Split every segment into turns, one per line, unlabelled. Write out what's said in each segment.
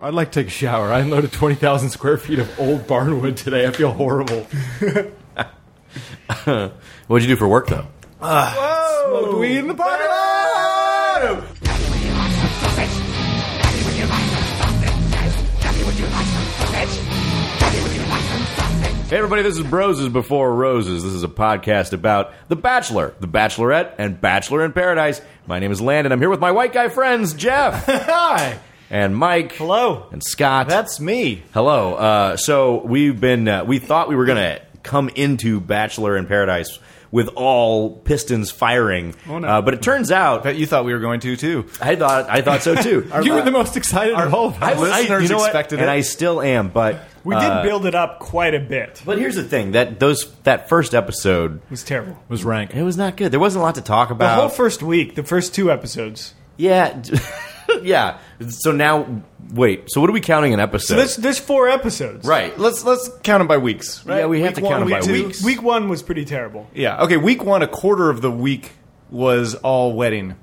I'd like to take a shower. I unloaded 20,000 square feet of old barnwood today. I feel horrible.
What'd you do for work though?
Smoked weed in the parking lot!
Hey everybody, this is Broses Before Roses. This is a podcast about The Bachelor, The Bachelorette, and Bachelor in Paradise. My name is Landon. I'm here with my white guy friends, Jeff
Hi!
and Mike.
Hello.
And Scott.
That's me.
Hello. Uh, so we've been. Uh, we thought we were going to come into Bachelor in Paradise with all pistons firing,
Oh, no.
uh, but it turns out
That you thought we were going to too.
I thought I thought so too.
you were the most excited of all of
I,
us.
I,
listeners
you know what?
expected
and
it.
I still am. But
We did
Uh,
build it up quite a bit. It
but here's the thing that those that first episode
was terrible.
was rank.
it was not good. There wasn't a lot to talk
The
about.
whole first week, the first two episodes.
yeah, yeah. So now wait. So what are we counting an episode?
So there's, there's four episodes.
right.
Let's let's count them by weeks. Right?
Yeah, we have
Week
to
one,
count them
week
by
two.
weeks.
Week one was pretty terrible.
Yeah. Okay. Week one, a quarter of the week was all wedding,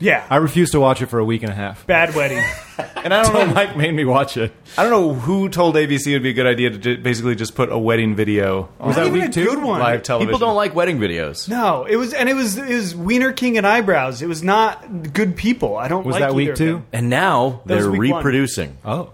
Yeah.
I refused to watch it for a week and a half.
Bad wedding.
and I don't
Until
know.
Mike made me watch it.
I don't know who told ABC it'd be a good idea to ju- basically just put a wedding video on
Not
that
even
week
a
two?
good one.
live television.
People don't like wedding videos.
no, it was, and it was, it was Wiener King and Eyebrows. It was not good people. I don't
Was
like
that
either
week
of
two?
them.
And now
That was
they're
week one.
reproducing.
Oh.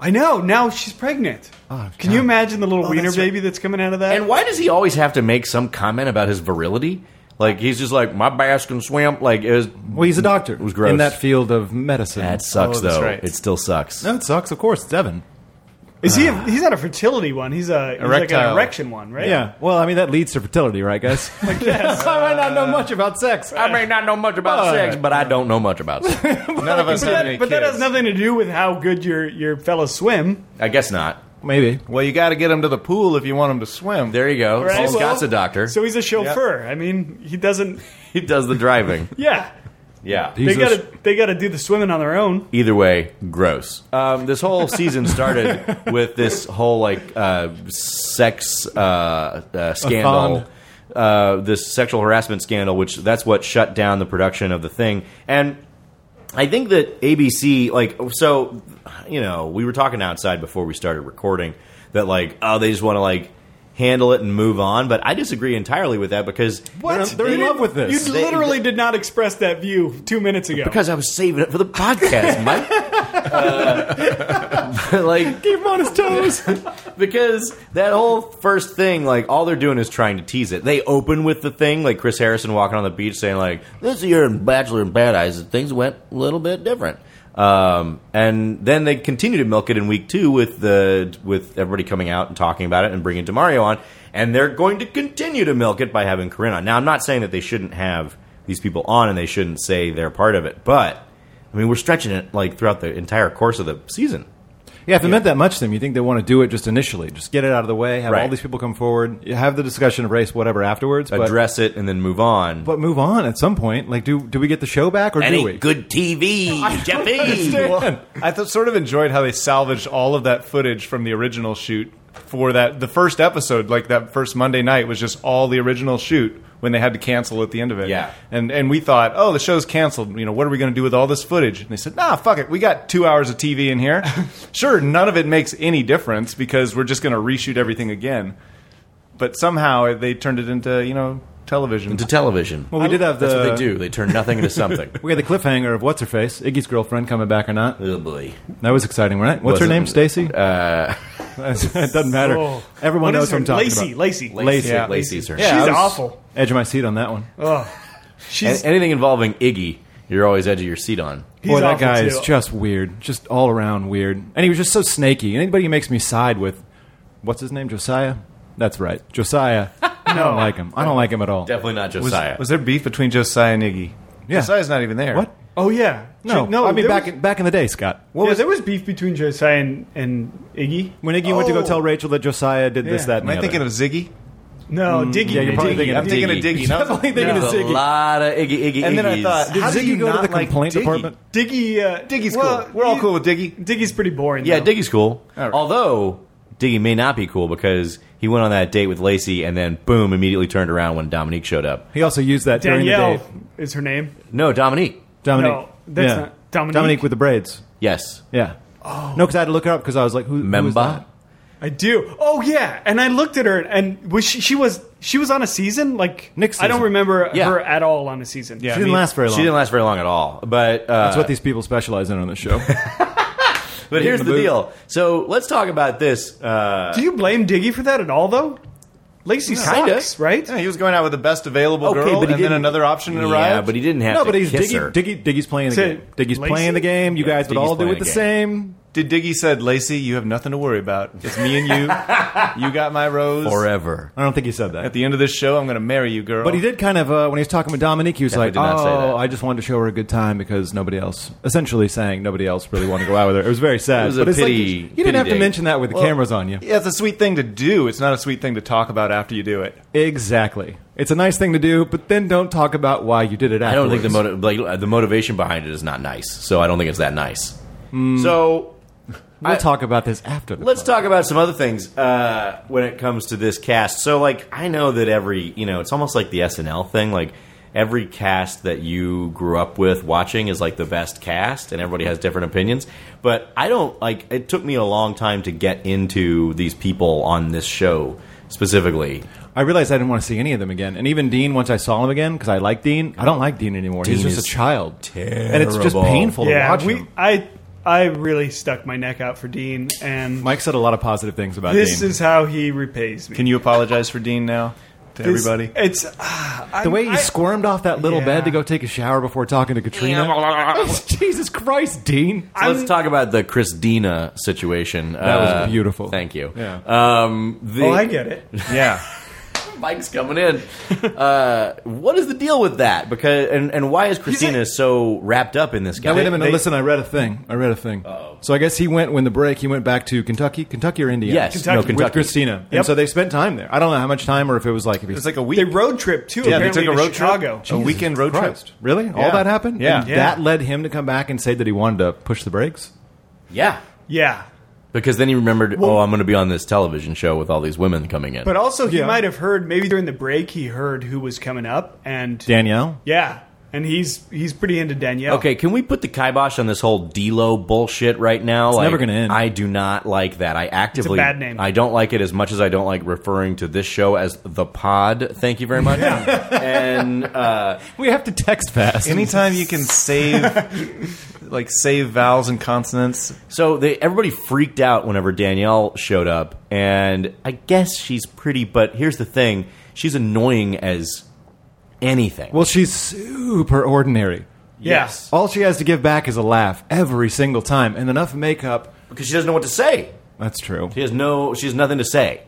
I know. Now she's pregnant. Can you imagine the little Wiener
Oh, that's right.
baby that's coming out of that?
And why does he always have to make some comment about his virility? Like he's just like my bass can swim. Like it was,
Well, he's a doctor. It
was gross.
In that field of medicine.
that sucks
Oh, that's
though.
right.
It still sucks.
No, it sucks. Of course, it's Evan.
Is he? A, he's not a fertility one. He's a he's like an
Erectile.
erection one, right?
Yeah. Well, I mean, that leads to fertility, right, guys? I might not know much about sex.
I may not know much about
All
sex,
right.
but I don't know much about sex.
None of us
But,
have any
that, but that
kids.
has nothing to do with how good your your fellas swim.
I guess not.
Maybe.
Well, you got to get them to the pool if you want them to swim.
There you go.
Right,
Paul Scott's
well,
a doctor.
So he's a chauffeur. I mean, he doesn't.
he does the driving.
Yeah,
Yeah.
they
He's a-
got to they got to do the swimming on their own.
Either way, gross. Um, this whole season started with this whole like uh, sex uh, uh,
fond.
scandal. Uh, this sexual harassment scandal, which that's what shut down the production of the thing, and I think that ABC, like, so, you know, we were talking outside before we started recording that, like, oh, they just want to, like, handle it and move on. But I disagree entirely with that because
They're- they're in
You
love
didn't-
with this.
You
They-
literally did not express that view two minutes ago.
because I was saving it for the podcast, Mike. Uh, like,
Keep him on his toes.
because that whole first thing, like all they're doing is trying to tease it. They open with the thing, like Chris Harrison walking on the beach saying, like, this year in Bachelor in Paradise, things went a little bit different. Um, and then they continue to milk it in week two with the with everybody coming out and talking about it and bringing Demario on, and they're going to continue to milk it by having Corinne on. Now, I'm not saying that they shouldn't have these people on and they shouldn't say they're part of it, but I mean we're stretching it like throughout the entire course of the season.
Yeah, if it meant that much to them, you think they want to do it just initially, just get it out of the way, have
Right.
all these people come forward, you have the discussion of race, whatever afterwards, but,
Address it and then move on.
but move on at some point. Like, do do we get the show back or do
Any
we?
good TV, Jeffy.
Well, I th- sort of enjoyed how they salvaged all of that footage from the original shoot for that the first episode, like that first Monday night was just all the original shoot when they had to cancel at the end of it.
Yeah.
And and we thought, "Oh, the show's canceled. You know, what are we going to do with all this footage?" And they said, "Nah, fuck it. We got 2 hours of TV in here. sure, none of it makes any difference because we're just going to reshoot everything again." But somehow they turned it into, you know, television.
To television.
Well, we did have the
That's what they do. They turn nothing into something.
We had the cliffhanger of what's her face, Iggy's girlfriend coming back or not.
oh boy.
That was exciting, right? What's her
Wasn't-
name? Stacy. Uh, it doesn't matter.
Oh.
Everyone
What is
knows what
her-
I'm talking
Lacey,
about.
Lacey,
Lacey.
Yeah.
Lacey's her.
Yeah.
She's
I was-
awful.
Edge of my seat on that one.
Oh, she's
A- anything involving Iggy, you're always edge of your seat on.
he's
Boy, that
awful,
guy
too.
is just weird, just all around weird, and he was just so snaky. And anybody who makes me side with, what's his name, Josiah? That's right, Josiah. I don't like him. I don't like him at all.
Definitely not
was,
Josiah.
was there beef between Josiah and Iggy?
Yeah.
Josiah's not even there.
What?
Oh yeah,
No,
She- no.
I mean,
there
back
was,
in, back in the day, Scott.
yeah, there was beef between Josiah and, and Iggy.
When Iggy went to go
Oh.
tell Rachel that Josiah did this,
Yeah.
that,
Am
and
I
the
thinking
other.
of Ziggy?
No, Diggy.
Mm, yeah, you're probably
Diggy.
thinking
I'm
of
thinking of
Diggy.
Diggy. and I was like,
Definitely thinking of
There's a
Ziggy.
lot of Iggy, Iggy,
And then I
Iggies.
thought-
Did
How do you
Ziggy go to
not
the
like
complaint
Diggy?
department?
Diggy. Uh,
Diggy's
well,
cool. We're all
you-
cool with Diggy.
Diggy's pretty boring.
yeah,
though.
Diggy's cool.
All right.
Although Diggy may not be cool because he went on that date with Lacey and then boom, immediately turned around when Dominique showed up.
He also used that during
Danielle
the date.
is her name.
No, Dominique.
Dominique.
No, that's
yeah.
not- Dominique. Oh.
with the braids.
Yes.
Yeah. No, because I had to look her up because I was like, who? who is
Memba?
that?
I do. Oh yeah, and I looked at her, and was she, she was she was on a season like
Nick's
I don't
season.
remember
Yeah.
her at all on a season.
Yeah.
She didn't
mean,
last very long.
She didn't last very long at all. But uh,
That's what these people specialize in on this show.
but here's
in
the,
the booth.
deal. So let's talk about this. Uh,
Do you blame Diggy for that at all though? Lacey
Kinda.
sucks, right?
Yeah, he was going out with the best available
Okay,
girl,
but he
and then
didn't-
another option
yeah,
arrived.
but he didn't have
no,
to
but he's
kiss
Diggy,
her.
Diggy. Diggy's playing the
So,
game. Diggy's
Lacey?
playing the game. You guys would
Diggy's
all do
playing
it the
the game.
same.
Did Diggy said, "Lacey, you have nothing to worry about. It's me and you. you got my rose.
forever.
I don't think he said that.
At the end of this show, I'm going to marry you, girl."
But he did kind of uh, when he was talking with Dominique, he was like,
did not say
"Oh,
that.
I just wanted to show her a good time because nobody else." Essentially saying nobody else really wanted to go out with her. It was very sad.
It was a
but it's like,
pity-
you didn't
pity
have to
date.
mention that with the cameras on you.
Yeah, it's a sweet thing to do. It's not a sweet thing to talk about after you do it.
Exactly. It's a nice thing to do, but then don't talk about why you did it.
I don't
Afterwards.
think the motiv- like uh, the motivation behind it is not nice. So I don't think it's that nice.
Hmm.
So
We'll
I-
talk about this after. The
Let's talk about some other things uh, when it comes to this cast. So, like, I know that every, you know, it's almost like the SNL thing. Like, every cast that you grew up with watching is like the best cast, and everybody has different opinions. But I don't, like, it took me a long time to get into these people on this show specifically.
I realized I didn't want to see any of them again. And even Dean, once I saw him again, because I like Dean, I don't like Dean anymore. He's
Dean
just
is
a child, and it's just
terrible.
painful to
Yeah,
watch
we
him.
I I really stuck my neck out for Dean, and
Mike said a lot of positive things about
this
Dean.
is how he repays me.
Can you apologize for Dean now to
This-
everybody?
it's ah,
the
I'm-
way he
I-
squirmed off that little
Yeah.
bed to go take a shower before talking to Katrina. Jesus Christ, Dean!
So let's talk about the Christina situation. That
was beautiful.
Thank you.
Yeah.
Um, the,
Oh, I get it.
Yeah,
Mike's coming in. Uh, what is the deal with that? Because and, and why is Christina so wrapped up in this guy?
Now, wait a minute.
they-
listen, I read a thing. I read a thing. oh So I guess he went when the break. He went back to Kentucky, Kentucky or Indiana?
Yes,
Kentucky.
no, Kentucky.
with Christina. And
Yep.
so they spent time there. I don't know how much time or if it was like if he
it's like a week.
They road trip too.
yeah, they
apparently
took a
to
road
Chicago.
trip, a weekend road trip.
Christ. Really? All
Yeah.
that happened?
Yeah.
And
Yeah.
That led him to come back and say that he wanted to push the brakes?
Yeah,
Yeah,
because then he remembered. oh, I'm going to be on this television show with all these women coming in.
but also he
Yeah.
might have heard maybe during the break he heard who was coming up, and
Danielle?
yeah, and he's he's pretty into Danielle.
okay, can we put the kibosh on this whole D'Lo bullshit right now? It's
never gonna end.
I do not like that. I actively
bad name.
I don't like it as much as I don't like referring to this show as the Pod. Thank you very much. and uh,
We have to text fast.
Anytime you can save, like save vowels and consonants.
So they everybody freaked out whenever Danielle showed up, and I guess she's pretty, but here's the thing: she's annoying as anything.
well, she's super ordinary.
Yeah.
Yes.
All she has to give back is a laugh every single time and enough makeup.
because she doesn't know what to say.
That's true.
She has no. She has nothing to say.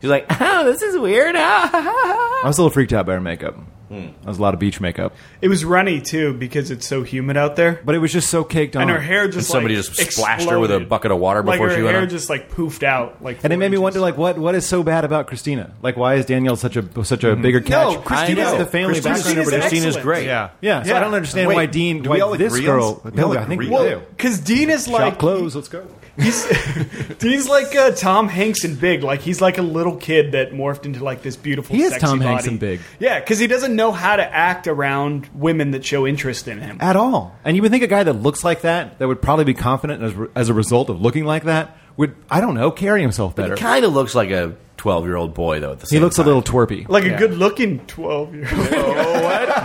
She's like, "Oh, this is weird."
I was a little freaked out by her makeup. That was a lot of beach makeup.
It was runny too because it's so humid out there,
But it was just so caked on.
and her hair just
uh, And somebody
like,
just splashed her with a
exploded.
bucket of water
Like
before
her
she went
hair
on?
just like poofed out. Like
And it
four
made me
inches.
wonder, like, what, what is so bad about Christina? Like, why is Danielle such a such a bigger catch?
No, Christina-
She has the family
Christina's
background. and everything.
excellent.
Christina's great.
Yeah,
Yeah, so I don't understand
Wait,
why Dean,
do
why
we all
this
agree on
girl.
this? We all
No, I think we
agree on
do.
this?
because Oh, Dean is
Shop
like
close. Let's go.
He's, he's like uh, Tom Hanks and Big. Like he's like a little kid that morphed into like this beautiful.
He is
sexy
Tom Hanks
body.
in Big.
Yeah, because he doesn't know how to act around women that show interest in him.
at all. And you would think a guy that looks like that, that would probably be confident as, as a result of looking like that, would I don't know carry himself better.
Kind of looks like a twelve-year-old boy though. At the same
He looks a
time.
little twerpy.
Like a good-looking twelve-year-old.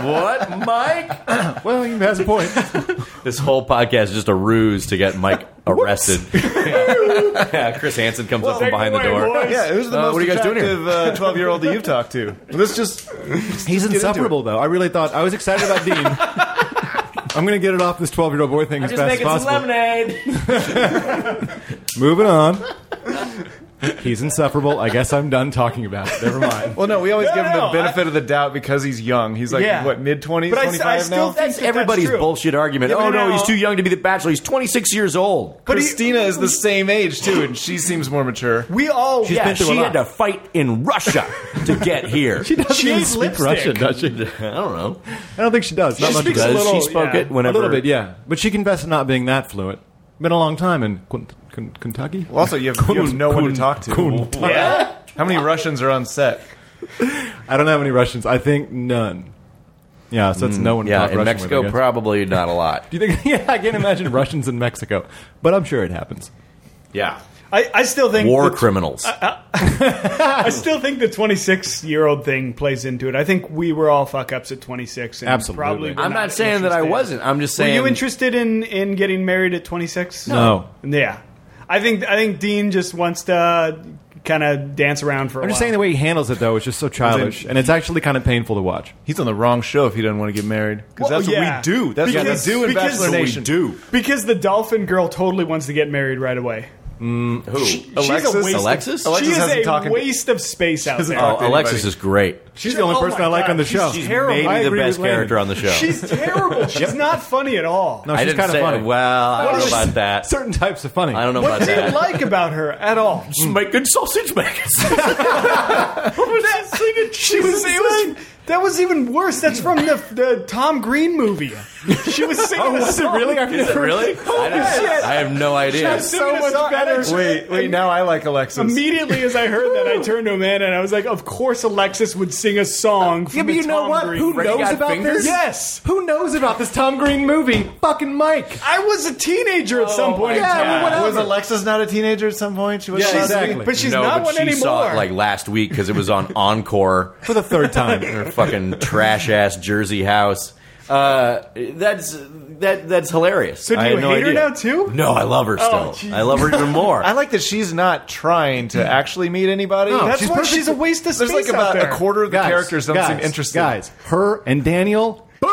what, Mike?
well, he has a point.
this whole podcast is just a ruse to get Mike arrested. yeah, Chris Hansen comes up from behind the door.
Yeah, who's the
Uh,
most
what are you guys doing here?
attractive uh, twelve-year-old that you've talked to? Let's just
He's
into
insufferable, though. I really thought I was excited about Dean. I'm going to get it off this 12 year old boy thing as fast as possible.
lemonade.
Moving on. He's insufferable. I guess I'm done talking about it. Never mind.
Well, no, we always give him
no,
the benefit of the doubt because he's young. He's like
Yeah.
what mid twenties,
But I- I
twenty five
still
now.
think-
That's everybody's
That's true.
bullshit argument.
Yeah, but
oh no,
now-
he's too young to be the bachelor. He's 26 years old.
But he-
Christina is the same age too, and she seems more mature.
we all yeah.
yeah,
been through
she
a
had
lot.
to fight in Russia to get here.
She doesn't
She
even
needs
speak
lipstick.
Russian, does she?
I don't know.
I don't think she does. Not
She
much
speaks
does.
a little-
she spoke
yeah.
it whenever.
A little bit, yeah. But she confessed to not being that fluent. Been a long time in Qu- Qu- Kentucky.
Well, also, you have, you have no one to talk to.
Yeah.
How many Russians are on set?
I don't have any Russians. I think none. Yeah, so it's no one.
Mm, Yeah,
talk
in
Russian
Mexico,
with, I guess.
probably not a lot.
Do you think? Yeah, I can't imagine Russians in Mexico, but I'm sure it happens.
Yeah,
I, I still think
war
the-
criminals.
I still think the 26 year old thing plays into it. I think we were all fuck ups at 26. And
Absolutely.
Probably were
I'm not saying that I
interested.
wasn't. I'm just saying
Were you interested in in getting married at 26?
No.
Yeah, I think I think Dean just wants to kind of dance around for. a
I'm just
while.
saying the way he handles it though is just so childish, and it's actually kind of painful to watch.
He's on the wrong show if he doesn't want to get married because
Well,
that's
yeah.
what we do. That's
Because-
what we do in
because-
Bachelor
That's what we
Nation.
do.
because the dolphin girl totally wants to get married right away.
Who?
She's a waste of-
Alexis?
Alexis
she
hasn't
is a
talked in-
waste of space out
doesn't
there.
talk
Oh, Alexis is great.
She's the only
Oh
person
my
I like
God,
on the show.
she's
Maybe
terrible. I
the
agree
best
with Landon.
character on the show.
She's terrible. She's not funny at all.
no,
I
she's
didn't
kind of
say.
funny.
Well, I don't know about that.
Certain types of funny.
I don't know
What
about
do you
that.
like about her at all?
She's making sausage makers.
She was, it was that was even worse. That's from the, the Tom Green movie. She was singing a
Was it
song.
really? I've
Is it
never-
really? I,
shit.
I have no idea.
She's singing a song, and I-
Wait, wait. Now I like Alexis.
Immediately as I heard that, I turned to Amanda and I was like, "Of course, Alexis would sing a song." From
Yeah, but
the
you know
Tom
what?
Green
Who
movie.
Ricky
knows
got
about
fingers?
this?
Yes.
Who knows about this Tom Green movie? Fucking Mike.
I was a teenager at
Oh
some point. in
my
time.
God. What
was
else?
Alexis not a teenager at some point? She was
Yeah,
allowed to be?
exactly.
But she's
no,
not
but
one
she
anymore.
saw it like last week because it was on Encore.
For the third time.
her fucking trash ass Jersey house. Uh, that's that that's hilarious.
so do
I
you
had no
hate her
idea.
now too?
No, I love her still.
Oh, geez.
I love her even more.
I like that she's not trying to actually meet anybody.
No,
That's
she's
why
perfect.
she's a waste of space.
There's like about
out there.
a quarter of the
Guys,
characters don't
guys,
seem interested.
Guys, her and Daniel, boom!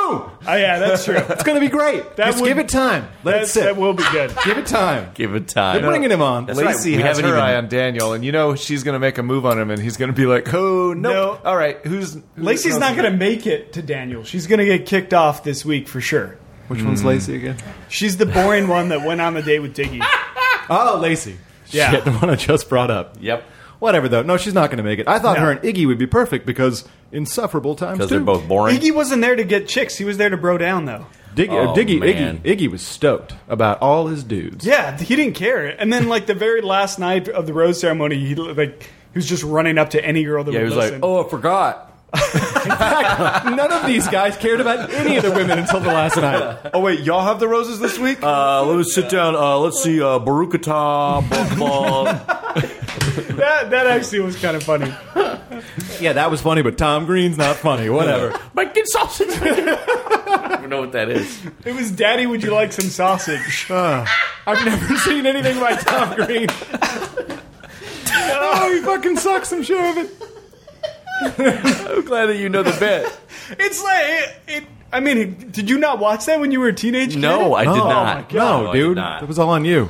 Oh, yeah, that's true.
It's going to be great.
That
Just
would-
give it time. Let it
That's,
sit.
that will be good.
give it time.
Give it time.
They're bringing him on.
That's right.
Lacey
We
has her
haven't even-
eye on Daniel, and you know she's going to make a move on him, and he's going to be like, "Oh no!
No.
All right, who's who
Lacey's
else
not
is
going to make it to Daniel. She's going to get kicked off this week for sure.
Which one's Lacey again?
She's the boring one that went on the date with Diggy.
Oh, Lacey.
Yeah.
Shit, the one I just brought up.
Yep.
Whatever, though. No, she's not going to make it. I thought
No.
her and Iggy would be perfect because insufferable times,
Because they're
too.
both boring.
Iggy wasn't there to get chicks. He was there to bro down though.
Dig- uh,
Oh,
Diggy,
man.
Iggy, Iggy was stoked about all his dudes.
Yeah, he didn't care. And then like the very last night of the rose ceremony, he like he was just running up to any girl that
yeah, he
would
was
listen.
like, "Oh, I forgot."
None of these guys cared about any of the women until the last night.
Oh wait, y'all have the roses this week?
Uh, let us sit down. Uh, let's see. Uh, Barukata, Bumba.
that that actually was kind of funny.
Yeah, that was funny, but Tom Green's not funny. Whatever.
Making sausage. I don't even know what that is.
It was Daddy, would you like some sausage?
I've never seen anything by Tom Green. oh, he fucking sucks. I'm sure of it.
I'm glad that you know the bit.
it's like it, it. I mean, did you not watch that when you were a teenage kid?
No, I did
Oh,
No,
not.
Oh, no,
I did
dude,
not.
that was all on you.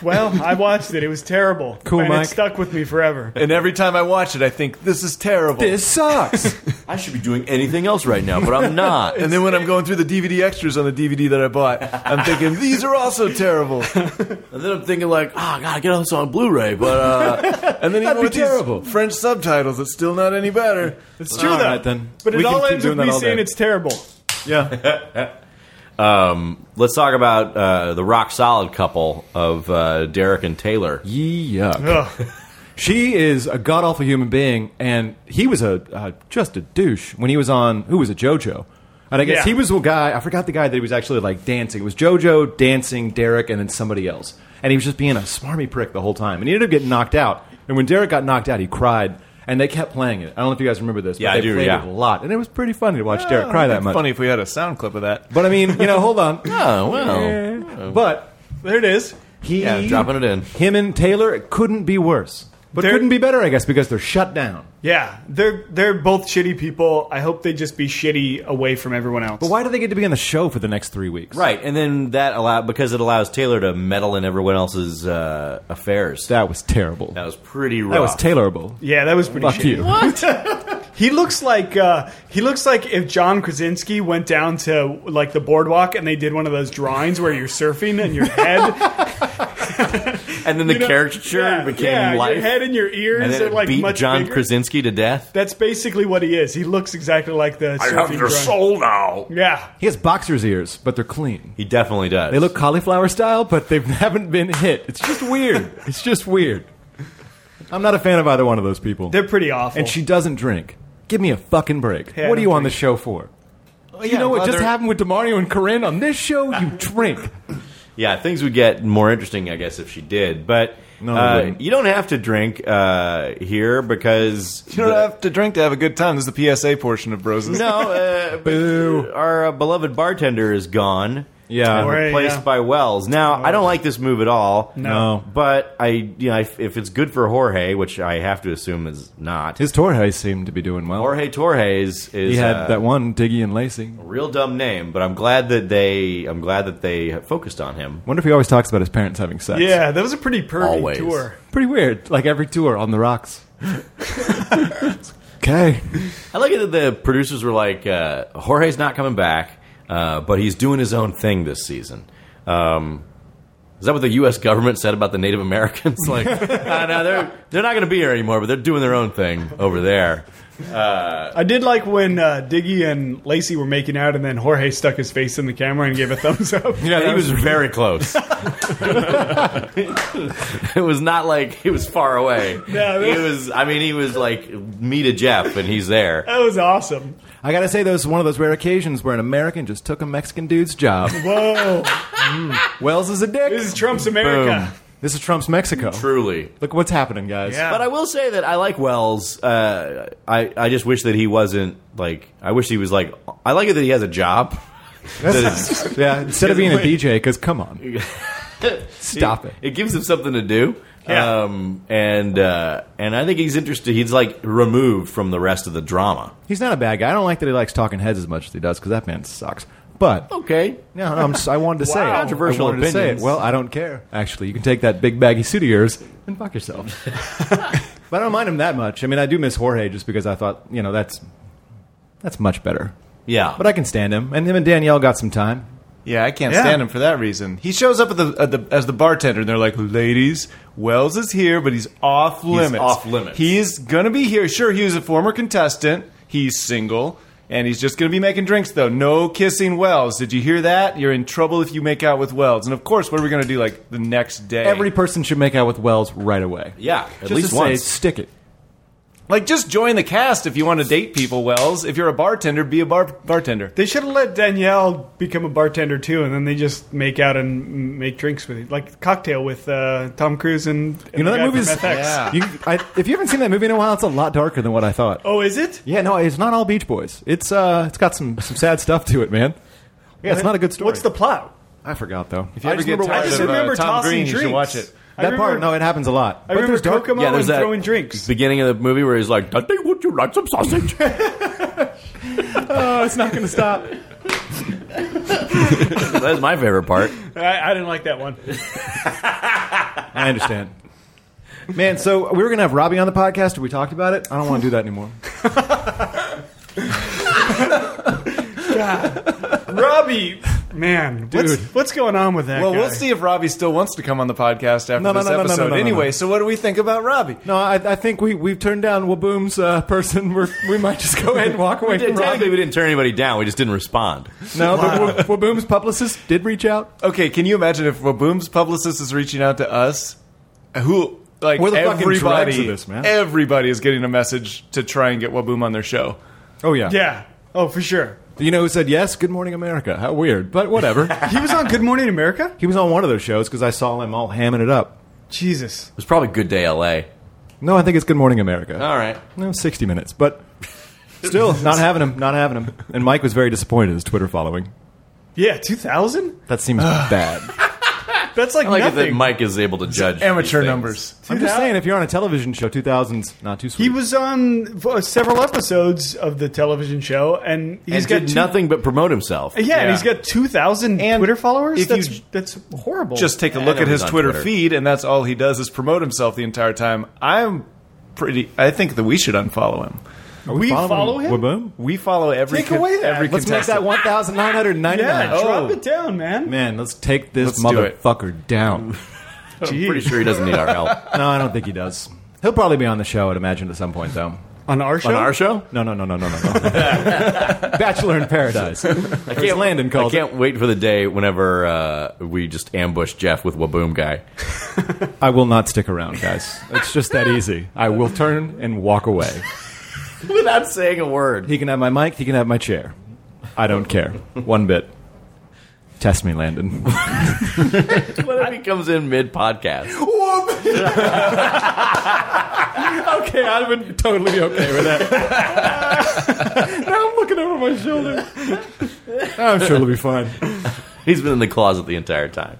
Well, I watched it. It was terrible.
Cool,
and
Mike.
it stuck with me forever.
and every time I watch it, I think this is terrible.
This sucks.
I should be doing anything else right now, but I'm not.
and then when I'm going through the DVD extras on the DVD that I bought, I'm thinking these are also terrible.
And then I'm thinking like, oh god, I get all this on Blu-ray, but uh,
And then
That'd
even
be
with these
terrible.
French subtitles, it's still not any better.
It's true
All
though.
right, then.
But it
We can
all
keep
ends with
doing that
me
all
saying
day.
it's terrible.
yeah.
let's talk about uh, the rock solid couple of uh, Derek and Taylor.
Yuck.
Ugh.
She is a god awful human being, and he was a uh, just a douche when he was on. Who was it, JoJo? And I guess
Yeah.
he was the guy. I forgot the guy that he was actually like dancing. It was JoJo dancing Derek, and then somebody else. And he was just being a smarmy prick the whole time. And he ended up getting knocked out. And when Derek got knocked out, he cried. And they kept playing it. I Oh, don't know if you guys remember this, but
Yeah, I
they
do,
played
yeah.
it a lot, and it was pretty funny to watch Derek cry that much.
Funny if we had a sound clip of that.
But I mean, you know, hold on.
Oh well,
But
there it is.
he,
yeah, dropping it in.
him and Taylor, it couldn't be worse, but
Derek-
couldn't be better, I guess, because they're shut down.
Yeah, they're they're both shitty people. I hope they just be shitty away from everyone else.
But why do they get to be on the show for the next three weeks?
Right, and then that allow because it allows Taylor to meddle in everyone else's uh, affairs. That,
That was terrible. That
was pretty rough.
was tailorable.
Yeah, that was pretty.
Fuck
shitty.
you.
He looks like uh, he looks like if John Krasinski went down to like the boardwalk and they did one of those drawings where you're surfing and your head
and then the
you know,
caricature
yeah,
became
yeah,
life,
Your head and your ears
and then
are
it
like
beat
much
John
bigger.
Krasinski to death.
That's basically what he is. He looks exactly like the. surfing drawing.
now.
Yeah,
He has boxer's ears, but they're clean.
He definitely does.
They look cauliflower style, but they haven't been hit. It's just weird. it's just weird. I'm not a fan of either one of those people.
they're pretty awful.
and she doesn't drink. Give me a fucking break.
Yeah,
what
I
are you
don't
on the show for? you know what
well,
just
they're-
happened with Demario and Corinne on this show? You drink.
Yeah, things would get more interesting, I guess, if she did. But
No, they
uh,
wouldn't.
you don't have to drink uh, here because
You don't
the-
have to drink to have a good time. This is the PSA portion of Broses.
no. Uh,
Boo.
Our uh, beloved bartender is gone.
Yeah.
and
Right,
replaced
yeah.
by Wells. Now, I don't like this move at all.
No.
But I, you know, if, if it's good for Jorge, which I have to assume is not,
His Torres seemed to be doing well.
Jorge Torres is
he had
uh,
that one, Diggy and Lacey.
real dumb name. But I'm glad that they, I'm glad that they focused on him.
Wonder if he always talks about his parents having sex.
Yeah, that was a pretty pervy
Always.
tour.
Pretty weird. Like every tour on the rocks. okay.
I like it that the producers were like, uh, Jorge's not coming back, uh, but he's doing his own thing this season. Um, is that what the U.S. government said about the Native Americans? like, no, no, they're, they're not going to be here anymore, but they're doing their own thing over there.
I did like when uh, Diggy and Lacey were making out, and then Jorge stuck his face in the camera and gave a thumbs up.
Yeah, he was very close. it was not like he was far away.
No,
he was. I mean, he was like me to Jeff, and he's there.
That was awesome.
I gotta say, that was one of those rare occasions where an American just took a Mexican dude's job.
Whoa.
Wells is a
This
dick.
is Trump's America.
This is Trump's Mexico.
Truly,
Look what's happening, guys.
Yeah.
But I will say that I like Wells. Uh, I I just wish that he wasn't like. I wish he was like. I like it that he has a job.
That's- yeah, instead of being a DJ, because come on. Stop it.
It gives him something to do.
Yeah.
Um, and uh, and I think he's interested. He's like removed from the rest of the drama.
He's not a bad guy. I don't like that he likes talking heads as much as he does, because that man sucks. But
Okay.
No, no I'm just, I wanted to say it.
Wow.
Controversial
I wanted to say it.
opinions.
Well, I don't care. Actually, you can take that big baggy suit of yours and fuck yourself. but I don't mind him that much. I mean, I do miss Jorge just because I thought, you know, that's that's much better.
Yeah.
But I can stand him, and him and Danielle got some time.
Yeah, I can't
Yeah.
stand him for that reason. He shows up at the, at the as the bartender, and they're like, "Ladies, Wells is here, but he's off limits.
off limits.
He's gonna be here. Sure, he was a former contestant. He's single, and he's just gonna be making drinks though. No kissing Wells. Did you hear that? You're in trouble if you make out with Wells. And of course, what are we gonna do? Like the next day,
Every person should make out with Wells right away.
yeah. At
Just
least
to say,
once.
stick it.
like just join the cast if you want to date people. Wells, if you're a bartender, be a bar- bartender.
They should have let Danielle become a bartender too, and then they just make out and make drinks with it, like cocktail with uh, Tom Cruise and, and
You know
the
that
guy
movie's.
from FX.
Yeah.
You, I, if you haven't seen that movie in a while, it's a lot darker than what I thought.
Oh, is it?
Yeah, no, it's not all Beach Boys. It's uh, it's got some some sad stuff to it, man. Yeah, it's not a good story.
What's the plot?
I forgot though.
If you ever
just
get
remember
tired
I just
of, uh,
remember
Tom
tossing
Green,
drinks.
you should watch it.
I
That part,
remember-
no, it happens a lot.
I remember Kokomo
Yeah,
and
there's that
throwing drinks.
beginning of the movie where he's like, "Dante, would you like some sausage?"
Oh, it's not going to stop.
That's my favorite part.
I, I didn't like that one.
I understand. Man, so we were going to have Robbie on the podcast. and We talked about it. I don't want to do that anymore.
Robbie, man, what's,
Dude.
what's going on with that?
Well,
guy?
we'll see if Robbie still wants to come on the podcast after
No, no,
this
no, no, no,
episode.
no, no, no.
anyway, so what do we think about Robbie?
No, I, I think we, we've turned down Waboom's uh, person. We're, we might just go ahead and walk away from
Technically,
Robbie.
we didn't turn anybody down. We just didn't respond.
No, but Wa- Waboom's publicist did reach out.
Okay, can you imagine if Waboom's publicist is reaching out to us? Who like
We're the fucking
everybody?
dregs of this, man.
Everybody is getting a message to try and get Waboom on their show.
Oh, yeah.
Yeah. Oh, for sure.
You know who said yes? Good Morning America. How weird, but whatever.
He was on Good Morning America.
he was on one of those shows because I saw him all hamming it up.
Jesus.
It was probably Good Day LA.
No, I think it's Good Morning America.
All right.
No, 60 minutes, but still not having him, not having him. And Mike was very disappointed in his Twitter following.
Yeah, two thousand.
That seems bad.
That's like,
I like it that
nothing.
Mike is able to judge
Amateur
these things.
numbers.
I'm just saying, if you're on a television show, 2000s, not too sweet.
He was on uh, several episodes of the television show, and he's
He's
got
did
two,
nothing but promote himself.
Yeah, and
Yeah.
he's got two thousand
And
Twitter followers.
if
that's
you-
that's horrible.
Just take a
I
look
know
at
he's
his
on
Twitter,
Twitter.
feed, and that's all he does is promote himself the entire time. I'm pretty. I think that we should unfollow him.
we follow him.
Waboom?
We follow every
Take away that.
every
Let's make that
contestant.
1,999.
Yeah,
Oh,
drop it down, man.
Man, let's take this
Let's do it.
motherfucker down.
I'm pretty sure he doesn't need our help.
no, I don't think he does. He'll probably be on the show, I'd imagine, at some point, though.
On our show,
On our show?
No, no, no, no, no, no. no. Bachelor in Paradise. I can't, Landon
I
calls
can't wait for the day whenever uh, we just ambush Jeff with Waboom Guy.
it. I will not stick around, guys. It's just that easy. I will turn and walk away.
Without saying a word.
He can have my mic. He can have my chair. I don't care one bit. Test me, Landon.
What if he comes in mid podcast?
okay, I'd have been totally be okay with that. now I'm looking over my shoulder. I'm sure it'll be fine.
He's been in the closet the entire time.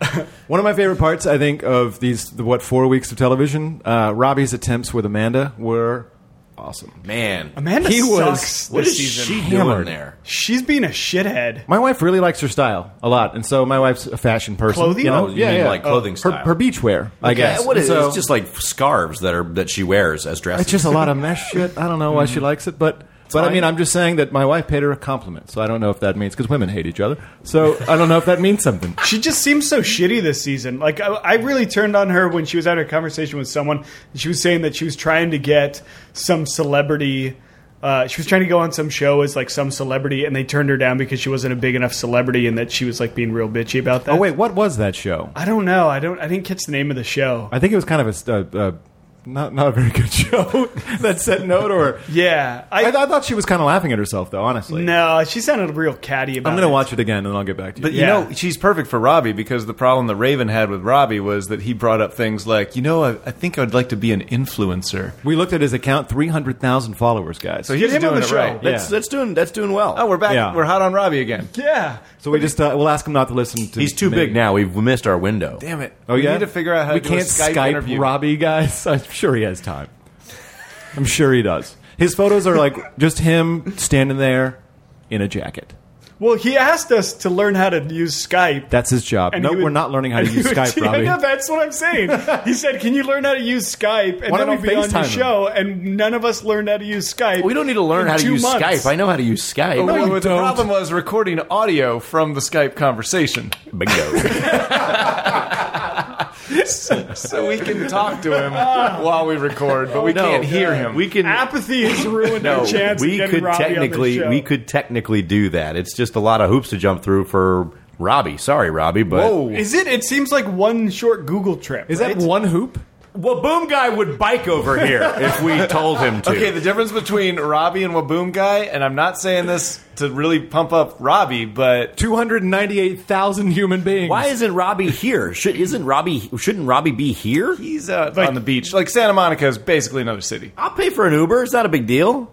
One of my favorite parts, I think, of these the, what four weeks of television, uh, Robbie's attempts with Amanda were awesome.
Man,
Amanda
He was-
sucks.
what
this
is
season.
she doing
hammered.
there?
She's being a shithead.
My wife really likes her style a lot, and so my wife's a fashion person.
Clothing?
you know?
Oh,
you mean like clothing
her,
style.
her beachwear, I guess.
Yeah, what
And
is
so-
it's just like scarves that are that she wears as dresses.
It's just a lot of mesh shit. I don't know why she likes it, but but I
fine.
mean, I'm just saying that my wife paid her a compliment, so I don't know if that means because women hate each other. So I don't know if that means something.
She just seems so shitty this season. Like I, I really turned on her when she was having a conversation with someone. And she was saying that she was trying to get some celebrity. Uh, she was trying to go on some show as like some celebrity, and they turned her down because she wasn't a big enough celebrity, and that she was like being real bitchy about that.
Oh wait, what was that show?
I don't know. I don't. I didn't catch the name of the show.
I think it was kind of a uh, uh, not not a very good show that set note or.
Yeah, I,
I, I thought she was kind of laughing at herself, though. Honestly,
no. She sounded real catty about.
I'm going to
it.
watch it again and then I'll get back to you.
But you
Yeah.
know, she's perfect for Robbie because the problem that Raven had with Robbie was that he brought up things like, you know, I, I think I'd like to be an influencer.
we looked at his account, 300,000 followers, guys.
So he's
him on
doing
the
it
show.
right.
Yeah.
that's, that's doing that's doing well.
Oh, we're back.
Yeah.
We're hot on Robbie again.
Yeah,
so we just uh, we'll ask him not to listen to.
He's too
maybe-
big now. We've missed our window.
Damn it.
Oh
we
yeah,
need to figure out how
we
to do a
can't
Skype,
Skype
interview.
Robbie, guys. I'm sure he has time. I'm sure he does. His photos are like just him standing there in a jacket.
Well, he asked us to learn how to use Skype.
That's his job.
and
no,
he would-
we're not learning how to
and he
use
would-
Skype,
Yeah,
Robbie.
No, that's what I'm saying. He said, "Can you learn how to use Skype?" And
Why
then
don't
I'll
we
be on
FaceTime
your
him?
show, and none of us learned how to use Skype.
We don't need to learn
in
how to
two
use
months.
Skype. I know how to use Skype.
No,
you
but the
don't.
problem was recording audio from the Skype conversation,
Bingo.
so we can talk to him while we record, but we
No,
can't hear him.
We can
Apathy has ruined
no,
our chance.
we
of getting
could
Robbie on this
technically
show.
we could technically do that. It's just a lot of hoops to jump through for Robbie. Sorry, Robbie, but
Whoa.
Is it? It seems like one short Google trip.
Is that
right?
one hoop?
Waboom guy would bike over here if we told him to.
Okay, the difference between Robbie and Waboom guy, and I'm not saying this to really pump up Robbie, but
Two hundred ninety-eight thousand human beings.
Why isn't Robbie here? Should isn't Robbie? Shouldn't Robbie be here?
he's out
Like-
on the beach. Like Santa Monica is basically another city.
I'll pay for an Uber. It's not a big deal.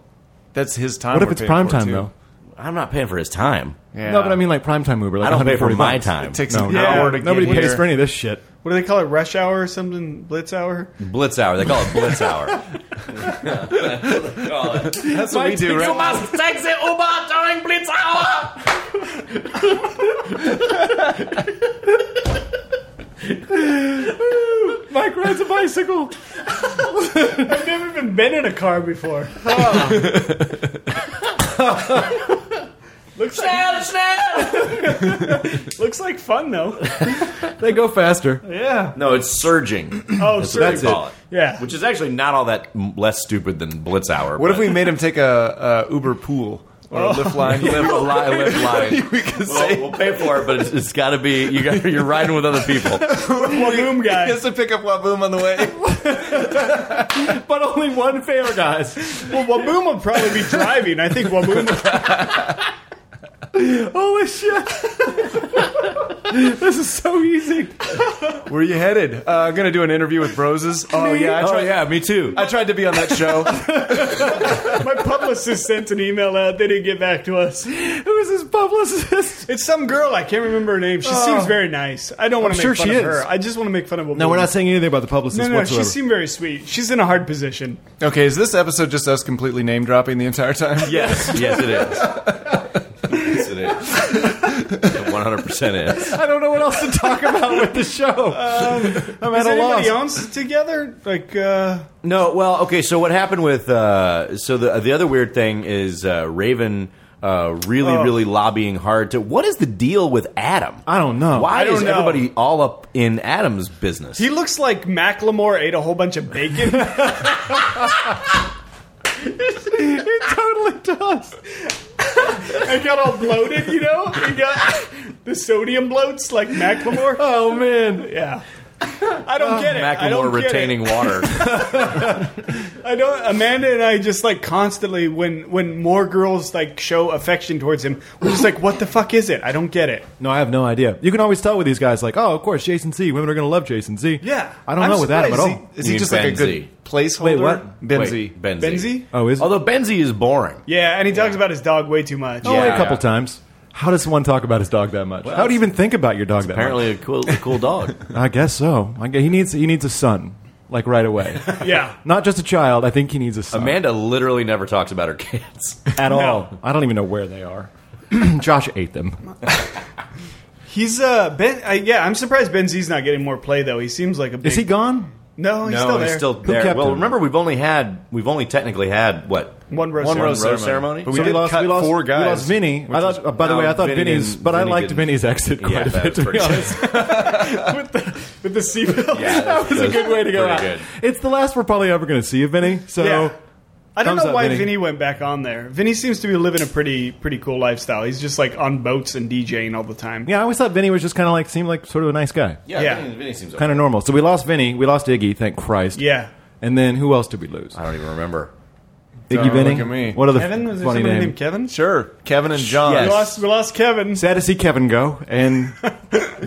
That's his time.
What if
we're
it's
paying
prime
for,
time
too.
though?
I'm not paying for his time.
Yeah.
No, but I mean like prime time Uber. Like
I don't pay for
140
my
bucks.
time.
takes
No,
an
no.
hour to get
Nobody
here.
pays for any of this shit.
What do they call it? Rush hour or something? Blitz hour?
Blitz hour. They call it blitz hour.
That's what we do, right?
must take the Uber during blitz hour.
Mike rides a bicycle.
I've never even been in a car before. looks like looks like fun though.
they go faster.
Yeah.
No, it's surging.
Oh,
That's what
sorry.
they call it.
Yeah.
Which is actually not all that m- less stupid than blitz hour.
What if we made him take a, a Uber pool or a lift line?
live a li- live line?
we could
Well,
say
we'll pay for it, but it's, it's got to be you got you're riding with other people.
Waboom
he
guy.
has to pick up Waboom on the way.
But only one fare, guys.
Well, Waboom will probably be driving. I think Waboom.
Holy shit. this is so easy.
Where are you headed? Uh, I'm gonna do an interview with Broses. Oh yeah, I tried,
me too.
I tried to be on that show.
My publicist sent an email out. They didn't get back to us.
Who is this publicist?
It's some girl. I can't remember her name. She seems very nice. I don't want
Oh. I'm
to
sure
make fun
she
of
is.
her. I just want to make fun of Waboom.
No, we're not saying anything about the publicist
No, no,
whatsoever.
she seemed very sweet. She's in a hard position.
okay, is this episode just us completely name dropping the entire time?
Yes, yes, it is. yes, it is. One hundred percent is.
I don't know what else to talk about with the show. I'm
Is
at a loss.
anybody else together? Like, uh,
No, well, okay. So what happened with uh, so the the other weird thing is uh, Raven uh, really really lobbying hard to what is the deal with Adam?
I don't know.
Why
I don't
is
know.
everybody all up in Adam's business?
he looks like Macklemore ate a whole bunch of bacon.
It totally does.
I got all bloated, you know? You got the sodium bloats like Macklemore.
Oh man.
Yeah. I don't get it. I
Macklemore
don't get it.
retaining water.
I don't. Amanda and I just like constantly when when more girls like show affection towards him, we're just like, what the fuck is it? I don't get it.
No, I have no idea. You can always tell with these guys, like, oh, of course, Jason Z. Women are going to love Jason Z.
Yeah.
I don't
I'm
know with Adam at
surprised.
all.
Is
You mean
he, is he just like a
Benzie.
good placeholder?
Wait, what?
Benzie.
Wait, Benzie.
Benzie?
Oh, is it?
Although Benzie is boring.
Yeah, and he talks about his dog way too much.
Only
Yeah.
a couple times. How does one talk about his dog that much? How do you even think about your dog that
Apparently a cool, a cool dog.
much? I guess so. I guess he needs he needs a son, like right away.
Yeah.
Not just a child. I think he needs a son
Amanda literally never talks about her kids.
at all. I don't even know where they are. Josh ate them.
He's uh Ben. I, yeah, I'm surprised Benzie's not getting more play though. He seems like a big.
Is he gone?
No, he's
no,
still there.
Oh, he's still
Who
there.
kept
Well,
him?
remember we've only had we've only technically had what
one row.
One
ceremony.
rose ceremony.
ceremony?
But we
So
did cut
we lost,
four guys.
We lost Vinny. I thought, uh, by the
no,
way, I thought
Vinny
Vinny's,
didn't-
but
Vinny
I liked
didn't-
Vinny's exit
Yeah,
quite
that
a bit.
was
To be
pretty-
honest,
with the with the seatbelt.
Yeah,
that was a good way to go
pretty
out.
good.
It's the last we're probably ever going to see of Vinny. So
Yeah. I don't
Thumbs
know
up,
why
Vinny.
Vinny. went back on there. Vinny seems to be living a pretty pretty cool lifestyle. He's just like on boats and DJing all the time.
yeah, I always thought Vinny was just kind of like seemed like sort of a nice guy,
Yeah,
Yeah.
Vinny, Vinny seems.
kind of normal. So we lost Vinny. We lost Iggy. Thank Christ.
Yeah.
And then who else did we lose?
I don't even remember.
Iggy
Don't
Vinny.
look at me.
What are the
Kevin was there
funny
somebody
name?
named Kevin?
Sure. Kevin and John.
We
Yes.
lost we lost Kevin.
Sad to see Kevin go, and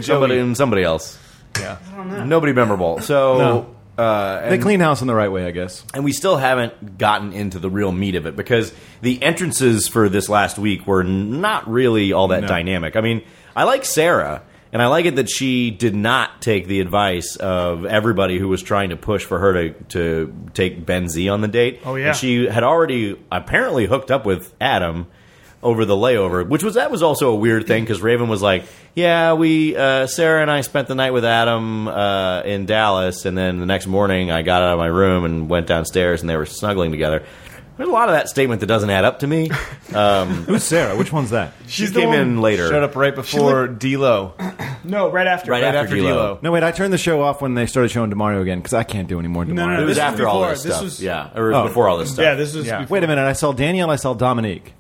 Somebody and somebody else. Yeah, nobody memorable.
Oh,
So, uh,
they clean house in the right way, I guess.
and we still haven't gotten into the real meat of it because the entrances for this last week were not really all that dynamic. I mean, I like Sarah, and I like it that she did not take the advice of everybody who was trying to push for her to to take Ben Z on the date.
Oh, yeah.
And she had already apparently hooked up with Adam. Over the layover, which was that was also a weird thing because Raven was like, "Yeah, we uh, Sarah and I spent the night with Adam uh, in Dallas, and then the next morning I got out of my room and went downstairs, and they were snuggling together." There's a lot of that statement that doesn't add up to me.
Who's Sarah? Which one's that?
She
the
came
one-
in later.
Showed up right before D'Lo.
No, right after.
Right after
after
D'Lo.
D'Lo.
No, wait. I turned the show off when they started showing Demario again because I can't do any more Demario.
No, no,
It
no,
was
This was
after all
before.
this
This
stuff.
was-
yeah, or it was before all this stuff.
Yeah, this was
Yeah.
before.
Wait a minute. I saw Danielle. I saw Dominique,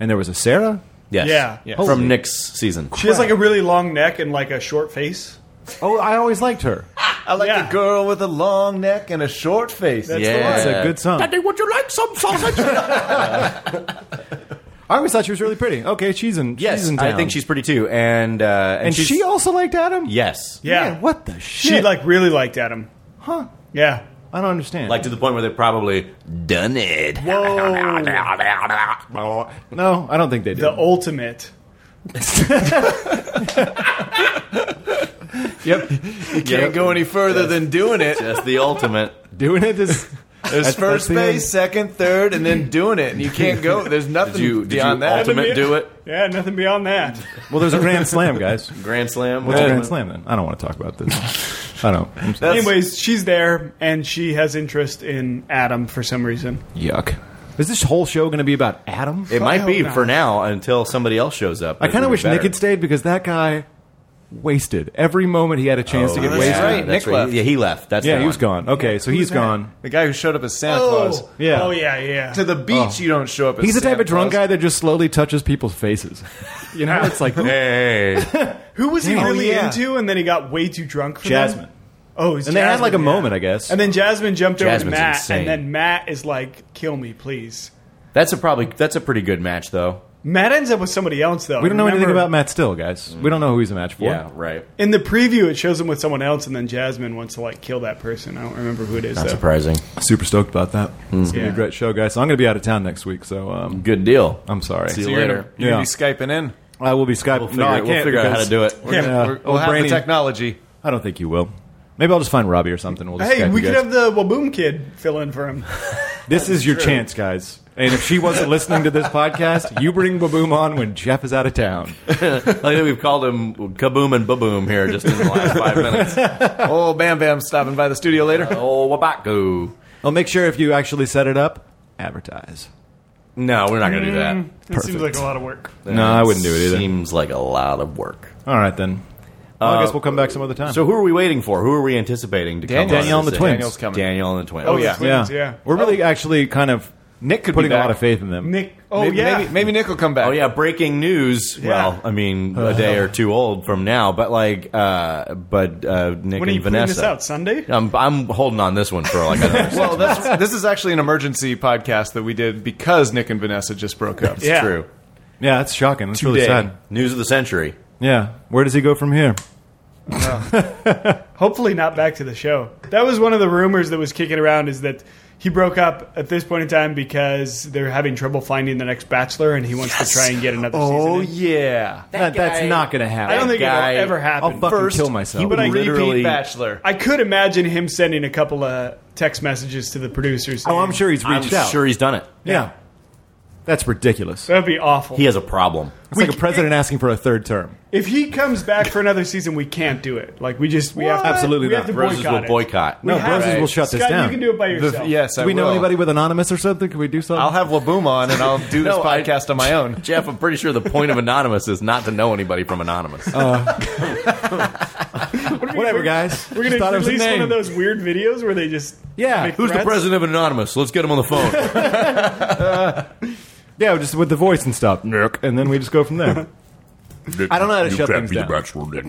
and there was a Sarah.
Yes.
Yeah. Yeah.
Holy-
From Nick's season.
She has like a really long neck and like a short face.
Oh, I always liked her.
I like
Yeah.
a girl with a long neck and a short face.
yeah.
That's a good song.
Daddy, would you like some sausage?
I always thought she was really pretty. Okay, she's in.
yes,
she's in town.
I think she's pretty too. And uh, and,
And
she's-
she also liked Adam.
yes,
Yeah.
Man, what the shit?
She like really liked Adam.
huh?
Yeah.
I don't understand.
like to the point where they probably done it.
Oh, no, I don't think they did.
The ultimate.
yep,
Can't go any further than doing it.
That's the ultimate.
doing it is.
There's
That's-
first
that's the end.
base, second, third, and then doing it, and you can't go. There's nothing
Did you, did you
beyond that.
ultimate do it?
Yeah, nothing beyond that.
Well, there's a grand slam, guys.
Grand slam.
What's a
Yeah.
grand slam then? I don't want to talk about this. I don't. I'm sorry.
Anyways, she's there and she has interest in Adam for some reason.
Yuck. Is this whole show going to be about Adam?
It might be
not.
for now until somebody else shows up.
I kind of wish
better.
Nick had stayed because that guy wasted every moment he had a chance to
Oh, Yeah,
get
that's
wasted.
right.
That's
Nick
right.
left.
Yeah, he left. That's
Yeah,
the
he was
one.
gone. Okay, so he's gone.
The guy who showed up as Santa Claus.
Yeah.
Oh yeah, yeah.
To the beach, you don't show up as
He's the type
Santa
of drunk
Claus.
guy that just slowly touches people's faces. You know, it's like
Hey.
Who was he
Damn.
really
Oh, yeah.
into? And then he got way too drunk for them?
Jasmine.
Oh, it's
And they had
Jasmine,
like a
yeah.
moment, I guess.
And then Jasmine jumped over
Jasmine's
to Matt,
insane.
and then Matt is like, "Kill me, please."
That's a probably that's a pretty good match though.
Matt ends up with somebody else though.
we don't know anything
Remember,
about Matt Still, guys. We don't know who he's a match for.
right.
In the preview, it shows him with someone else, and then Jasmine wants to like kill that person. I don't remember who it is though.
Surprising.
Super stoked about that. It's gonna
Yeah.
be a great show, guys. So I'm gonna be out of town next week, so um,
Good deal.
I'm sorry.
See
So you're
later.
Gonna, you're
Yeah.
gonna be skyping in.
I will Uh, be Skype.
We'll figure,
no, I
it-
can't
we'll figure out how to
because-
do it.
We're gonna-
Yeah.
we're- we'll
Oh,
have
Brainy.
the technology.
I don't think you will. Maybe I'll just find Robbie or something. We'll just
Hey,
Skype
we
you
could
guys.
have the Waboom kid fill in for him.
This is your chance, guys. And if she wasn't listening to this podcast, you bring Baboom on when Jeff is out of town.
I think we've called him Kaboom and Baboom here just in the last five minutes.
Oh, Bam Bam, stopping by the studio later.
Oh, Wabaku.
I'll make sure if you actually set it up, advertise.
No, we're not going to do that.
That seems like a lot of work.
No, I wouldn't do it either.
Seems like a lot of work.
All right then. Well, I guess we'll come back some other time.
So who are we waiting for? Who are we anticipating to
Daniel-
come on
Danielle and
this
the
thing? Oh,
twins.
Daniel's coming.
Daniel and the twins.
Oh, yeah.
yeah.
yeah.
we're really actually kind of
Nick could
putting
be
a
back.
lot of faith in them.
Nick. Oh
maybe,
yeah.
maybe, maybe Nick will come back.
Oh yeah, breaking news. Well, I mean, a day or two old from now, but like, uh, but uh, Nick
when are
and
you putting
Vanessa.
this out? Sunday.
I'm, I'm holding on this one for like another.
Well, that's, this is actually an emergency podcast that we did because Nick and Vanessa just broke up.
Yeah.
True.
Yeah, that's shocking. That's really
Today.
sad.
News of the century.
Yeah, where does he go from here?
Hopefully not back to the show. That was one of the rumors that was kicking around is that he broke up at this point in time because they're having trouble finding the next bachelor and he wants to try and get another
Oh
season. in.
yeah.
That- that's
guy-
not going to happen.
I don't think
guy-
it'll ever happen.
I'll fucking
First,
kill myself.
he would
But I-
literally
Repeat Bachelor.
I could imagine him sending a couple of text messages to the producers.
oh, I'm sure he's
I'm
reached out.
sure he's done it.
yeah, that's ridiculous.
That'd be awful.
He has a problem.
It's like a president asking for a third term.
If he comes back for another season, we can't do it. Like we just we have to,
Absolutely
we
not.
Have to
Roses
boycott
will
it.
boycott.
We
No,
have
Roses
to.
will shut this
Scott,
down.
You can do it by
The-
yourself.
yes,
Do
I
we know
will.
anybody with anonymous or something? Can we do something?
I'll have Laboom on, and I'll do this
No, I-
podcast on my own.
Jeff, I'm pretty sure the point of anonymous is not to know anybody from anonymous.
Whatever, guys.
We're
Just
gonna
thought it was a
release one
name.
of those weird videos where they just
Yeah,
make
Who's the
threats.
president of anonymous? Let's get him on the phone.
Yeah, just with the voice and stuff. Nick. And then we just go from there. I don't know how to
you
shut
can't
things
be
down.
The bachelor, Nick.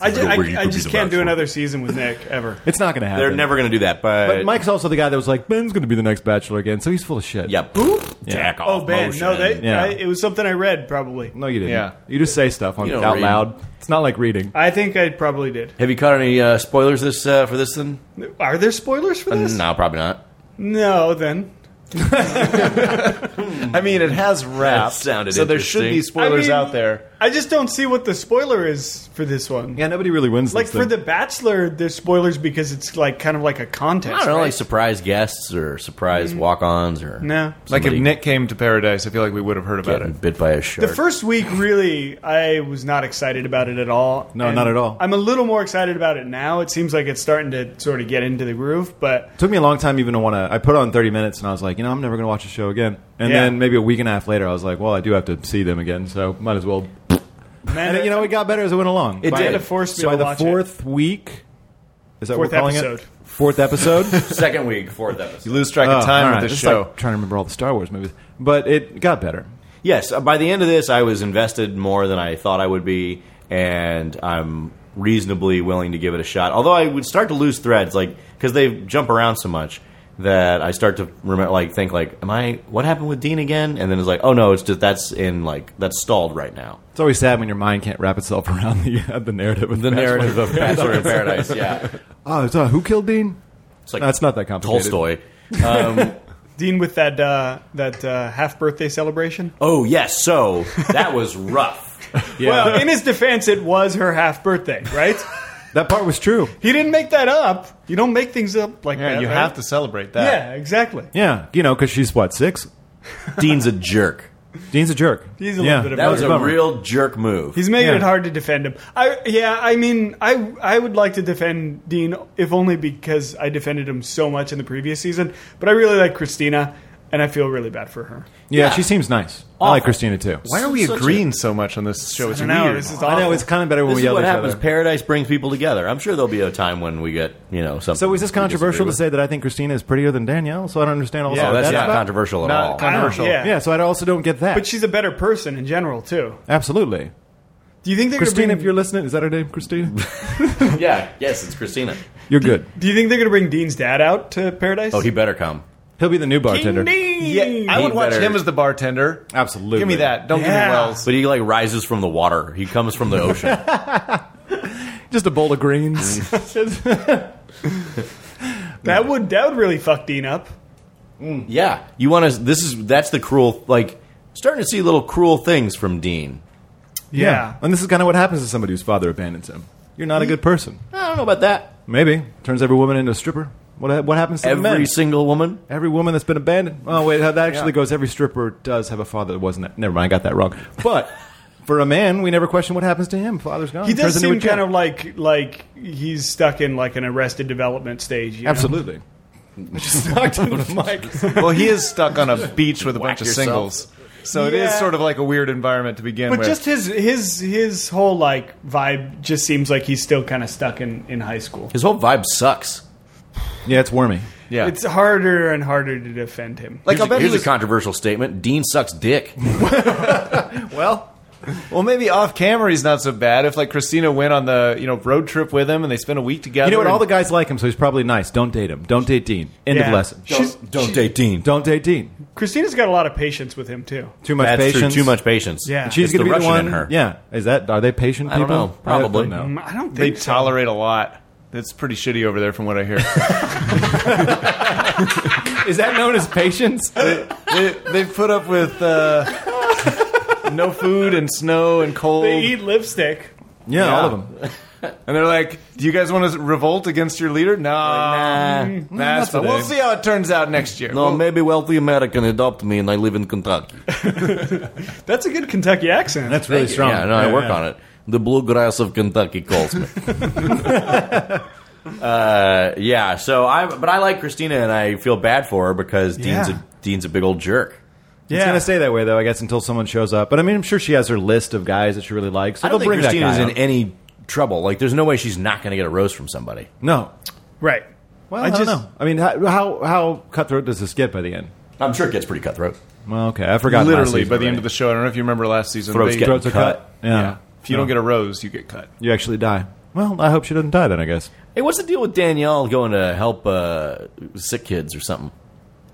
I just,
Nobody
I,
could
I
be
just
the
can't do
bachelor.
another season with Nick ever.
It's not going to happen.
They're never going to do that. But,
But Mike's also the guy that was like, Ben's going to be the next Bachelor again, so he's full of shit.
yeah, boop, jack off.
Oh Ben, no,
motion.
they,
Yeah.
I, it was something I read probably.
No, you didn't.
Yeah.
You just say stuff on,
You don't
out
read.
loud. It's not like reading.
I think I probably did.
Have you caught any uh, spoilers this uh, for this thing?
Are there spoilers for this?
Uh,
No, probably not.
No, then
I mean, it has wrapped.
sounded
so there should be
interesting.
spoilers
I mean-
out there.
I just don't see what the spoiler is for this one.
Yeah, nobody really wins
Like
this
for
thing.
the Bachelor, there's spoilers because it's like kind of like a contest.
I don't know,
right?
like surprise guests or surprise walk-ons or
no.
Like if
somebody
Nick came to Paradise, I feel like we would have heard about
getting
it.
bit by a
The
shark.
first week, really, I was not excited about it at all.
No, not at all.
I'm a little more excited about it now. It seems like it's starting to sort of get into the groove, but
Took me a long time even to want to. I put on 30 minutes and I was like, you know, I'm never going to watch the show again. And
Yeah.
then maybe a week and a half later, I was like, well, I do have to see them again, so might as well.
man,
And, you know, it got better as it went along.
it
By-
did force me
So by
to
the
watch it.
fourth week, is that what
Fourth
we're calling
episode.
it? Fourth episode.
second week, fourth episode.
You lose track
Oh,
of time
all right.
with this
It's
show.
like trying to remember all the Star Wars movies, but it got better.
Yes, uh, by the end of this, I was invested more than I thought I would be, and I'm reasonably willing to give it a shot. Although I would start to lose threads, like because they jump around so much that I start to remember, like think, like, am I? What happened with Dean again? And then it's like, oh no, it's just that's in like that's stalled right now.
It's always sad when your mind can't wrap itself around the uh, the narrative. Of
The narrative of Bachelor in Paradise, yeah,
Oh, it's, uh, who killed Dean?
it's like
That's not that complicated.
Tolstoy.
Dean with that uh, that uh, half birthday celebration.
Oh yes, so that was rough.
Yeah.
Well, in his defense, it was her half birthday, right?
that part was true.
he didn't make that up. You don't make things up like
Yeah,
that.
you
right?
have to celebrate that.
Yeah, exactly.
Yeah, you know, because she's what six.
Dean's a jerk.
Dean's a jerk.
He's a
yeah.
little bit of
That was a
Bummer.
real jerk move.
He's making
Yeah.
it hard to defend him. I yeah, I mean, I I would like to defend Dean if only because I defended him so much in the previous season, but I really like Christina and I feel really bad for her.
Yeah,
Yeah.
she seems nice. I like Christina too.
Why are we
Such a-
agreeing so much on this show? It's
I know,
weird.
this is
I know
awful.
it's kind of better when we
This is
yell
what
at each
happens.
other.
Paradise brings people together. I'm sure there'll be a time when we get you know something.
so is this
we disagree
controversial to
with.
say that I think Christina is prettier than Danielle? So I don't understand all
Yeah,
that.
Oh, that's not
about.
controversial at
Not
all.
controversial.
Yeah.
Yeah, so I also don't get that.
But she's a better person in general too.
Absolutely,
Do you think they're
Christina.
gonna
If
bring,
you're listening, is that her name, Christina?
yeah, yes, it's Christina.
You're good.
Do you think they're going to bring Dean's dad out to Paradise?
Oh, he better come.
He'll be the new
King
bartender.
Dean.
Yeah, I would
He
watch
better-
him as the bartender.
Absolutely.
Give me that. Don't give me
Yeah.
Wells.
But he like rises from the water. He comes from the ocean.
Just a bowl of greens.
that would that would really fuck Dean up.
yeah, you want to? This is that's the cruel like starting to see little cruel things from Dean.
Yeah.
And this is kind of what happens to somebody whose father abandons him. You're not a good person.
I don't know about that.
Maybe. Turns every woman into a stripper. What, ha- what happens to the men?
Every single woman.
Every woman that's been abandoned. Oh, wait, that actually goes. Every stripper does have a father that wasn't. Never mind, I got that wrong. But for a man, we never question what happens to him. Father's gone.
He does
Turns into a
seem
jet.
kind of like like he's stuck in like an arrested development stage. you know?
Absolutely. I just knocked into the mic.
well, he is stuck on a beach with a
Whack
bunch of
yourself.
singles. So it is
Yeah.
sort of like a weird environment to begin
But
with.
just his his his whole like vibe just seems like he's still kind of stuck in in high school.
His whole vibe sucks.
Yeah, it's wormy.
Yeah.
it's harder and harder to defend him.
Like
Here's,
I'll
a,
bet he
here's a
was.
controversial statement. Dean sucks dick.
Well, well, maybe off camera he's not so bad. If like Christina went on the you know road trip with him and they spent a week together,
you know what?
and-
All the guys like him, so he's probably nice. Don't date him. Don't date Dean. End of
Yeah.
lesson.
She's-
don't date Dean.
Don't date Dean.
Christina's got a lot of patience with him too.
Too much
That's
patience.
true. Too much patience.
Yeah.
And she's
It's
going to
the
be
Russian
the one.
in her.
Yeah. Is that are they patient
I don't
people?
know. Probably.
no.
I don't
they
think so.
tolerate a lot. That's pretty shitty over there, from what I hear.
Is that known as patience?
they, they put up with uh, no food and snow and cold.
They eat lipstick.
Yeah, all of them.
And they're like, "Do you guys want to revolt against your leader?" No,
Nah.
nah, Mm, that's fine. We'll see how it turns out next year.
No, maybe wealthy American adopt me and I live in Kentucky.
That's a good Kentucky accent.
That's really strong.
Yeah, no, I work on it. The bluegrass of Kentucky calls me. uh, yeah, so I but I like Christina and I feel bad for her because Dean's
Yeah.
a Dean's a big old jerk.
It's
Yeah.
going to stay that way though, I guess, until someone shows up. But I mean, I'm sure she has her list of guys that she really likes. So
I don't
they'll
think
bring
Christina's
that guy.
in
up.
any trouble. Like, there's no way she's not going to get a rose from somebody.
no.
right.
Well, I, don't know. I mean, how, how how cutthroat does this get by the end?
I'm sure it gets pretty cutthroat.
Well, okay, I forgot.
literally by the end of the show. I don't know if you remember last season.
Throats
they-
get-
throats are cut.
Cut.
Yeah.
yeah. If you
No.
don't get a rose, you get cut.
you actually die. Well, I hope she doesn't die then. I guess.
Hey, what's the deal with Danielle going to help uh, sick kids or something?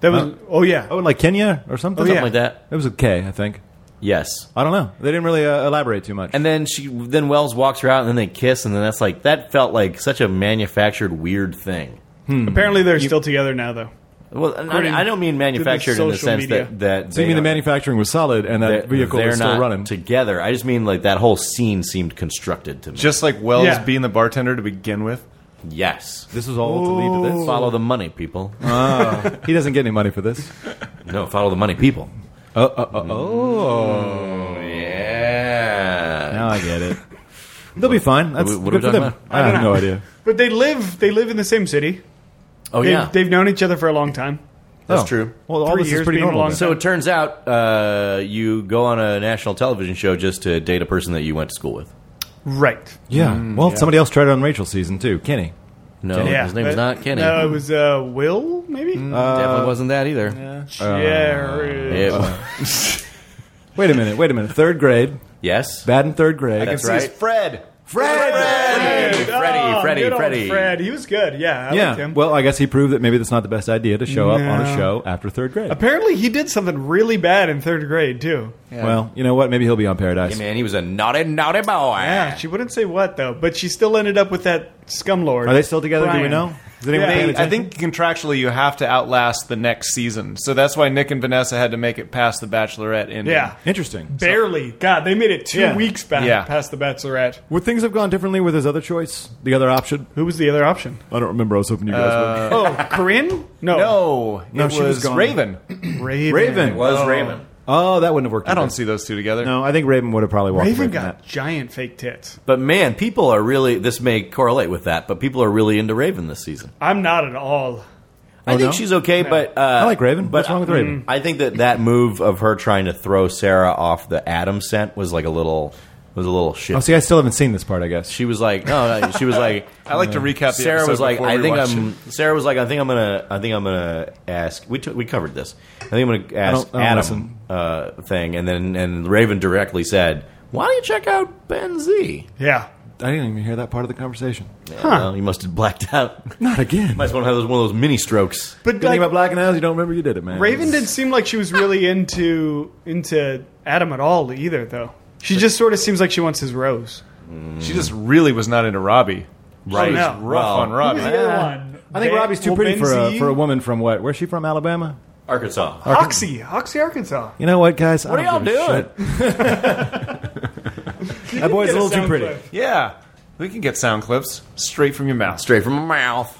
That was. Oh yeah.
Oh, in like Kenya or something.
Something like that.
It was okay, I think.
Yes.
I don't know. They didn't really uh, elaborate too much.
And then she, then Wells walks her out, and then they kiss, and then that's like that felt like such a manufactured weird thing.
Apparently they're still together now though.
Well, and I, I don't mean manufactured in the
social
sense
media.
that that.
so you
they
mean the
are-
manufacturing was solid and that
that
vehicle
they're
is still
not
running?
together. I just mean like that whole scene seemed constructed to me.
Just like Wells
Yeah.
being the bartender to begin with.
yes,
this was all to lead to this.
follow the money, people.
He doesn't get any money for this.
no, follow the money, people.
Oh,
Uh,
oh, oh, oh.
Yeah.
now I get it. They'll be fine. That's
What- what are
good for
we talking
them.
about?
I, have no idea.
But they live. They live in the same city.
Oh
They've,
yeah.
they've known each other for a long time.
That's
true.
Oh. Well, all
Three
this is
years
pretty
being
normal.
long-
then.
so it turns out uh, you go on a national television show just to date a person that you went to school with.
Right.
yeah.
Hmm.
well, somebody else tried it on Rachel's season too. Kenny.
No,
Yeah.
his name was
That-
not Kenny. Mm. Uh,
No, it was uh, Will. Maybe.
uh,
Definitely wasn't that either.
Jared.
It-
Uh, Wait a minute. Wait a minute. Third grade.
yes.
Bad in third grade.
That's right.
Fred.
Fred.
Fred.
Freddy,
Oh,
Freddy,
good old
Freddy.
Fred. He was good. Yeah. I liked
Yeah.
him.
Well, I guess he proved that maybe that's not the best idea to show up on a
No.
show after third grade.
Apparently, he did something really bad in third grade too.
Well, you know what? Maybe he'll be on Paradise.
Hey, man, he was a naughty, naughty boy.
Yeah, Ah, she wouldn't say what though, but she still ended up with that scumlord.
Are they still together? Do we
Brian.
know? Is anyone
Yeah.
paying
They, I
attention?
think contractually you have to outlast the next season, so that's why Nick and Vanessa had to make it past the Bachelorette ending.
Yeah,
interesting.
barely. God, they made it two
Yeah.
weeks back
Yeah.
past the Bachelorette.
Would things have gone differently with his other choice, the other option?
Who was the other option?
I don't remember. I was hoping you guys
Uh,
would.
Oh, Corinne? No,
No,
No,
it
she was
was
gone.
Raven.
Raven.
Raven
Was Raven.
Oh, that wouldn't have worked.
I don't
either.
see those two together.
No, I think Raven would have probably walked away
Raven
from
got
that.
giant fake tits.
But man, people are really. This may correlate with that, but people are really into Raven this season.
I'm not at all.
I think
no?
she's okay, but uh,
I like Raven.
But
What's wrong with Raven?
I think that that move of her trying to throw Sarah off the Adam scent was like a little was a little shit.
Oh, see, I still haven't seen this part. I guess.
she was like, no, no, she was like,
I like to recap. The
Sarah
episode
was like,
before
I
we
think
watch
I'm.
it.
Sarah was like, I think I'm gonna. I think I'm gonna ask. We took we covered this. I think I'm gonna
don't-
ask
I don't listen.
Adam uh, thing, and then and Raven directly said, "Why don't you check out Ben Z?"
Yeah,
I didn't even hear that part of the conversation.
Yeah, well, you must have blacked out. Might
Not again.
as well have those, one of those mini strokes.
but
Good thing
like,
about Black and Eyes, you don't remember you did it, man.
Raven didn't seem like she was really into into Adam at all either, though. She just sort of seems like she wants his rose.
She just really was not into Robbie.
Right,
no.
Rough on
Who was
Robbie.
the other one?
Ah. I think
Ben-
Robbie's too
well,
pretty for a,
Benzie?
for a woman from what? Where's she from? Alabama.
Arkansas.
Hoxie, Hoxie, Arkansas.
You know what, guys?
What are y'all
that boy's a little too pretty.
Yeah, we can get sound clips straight from your mouth.
Straight from my mouth.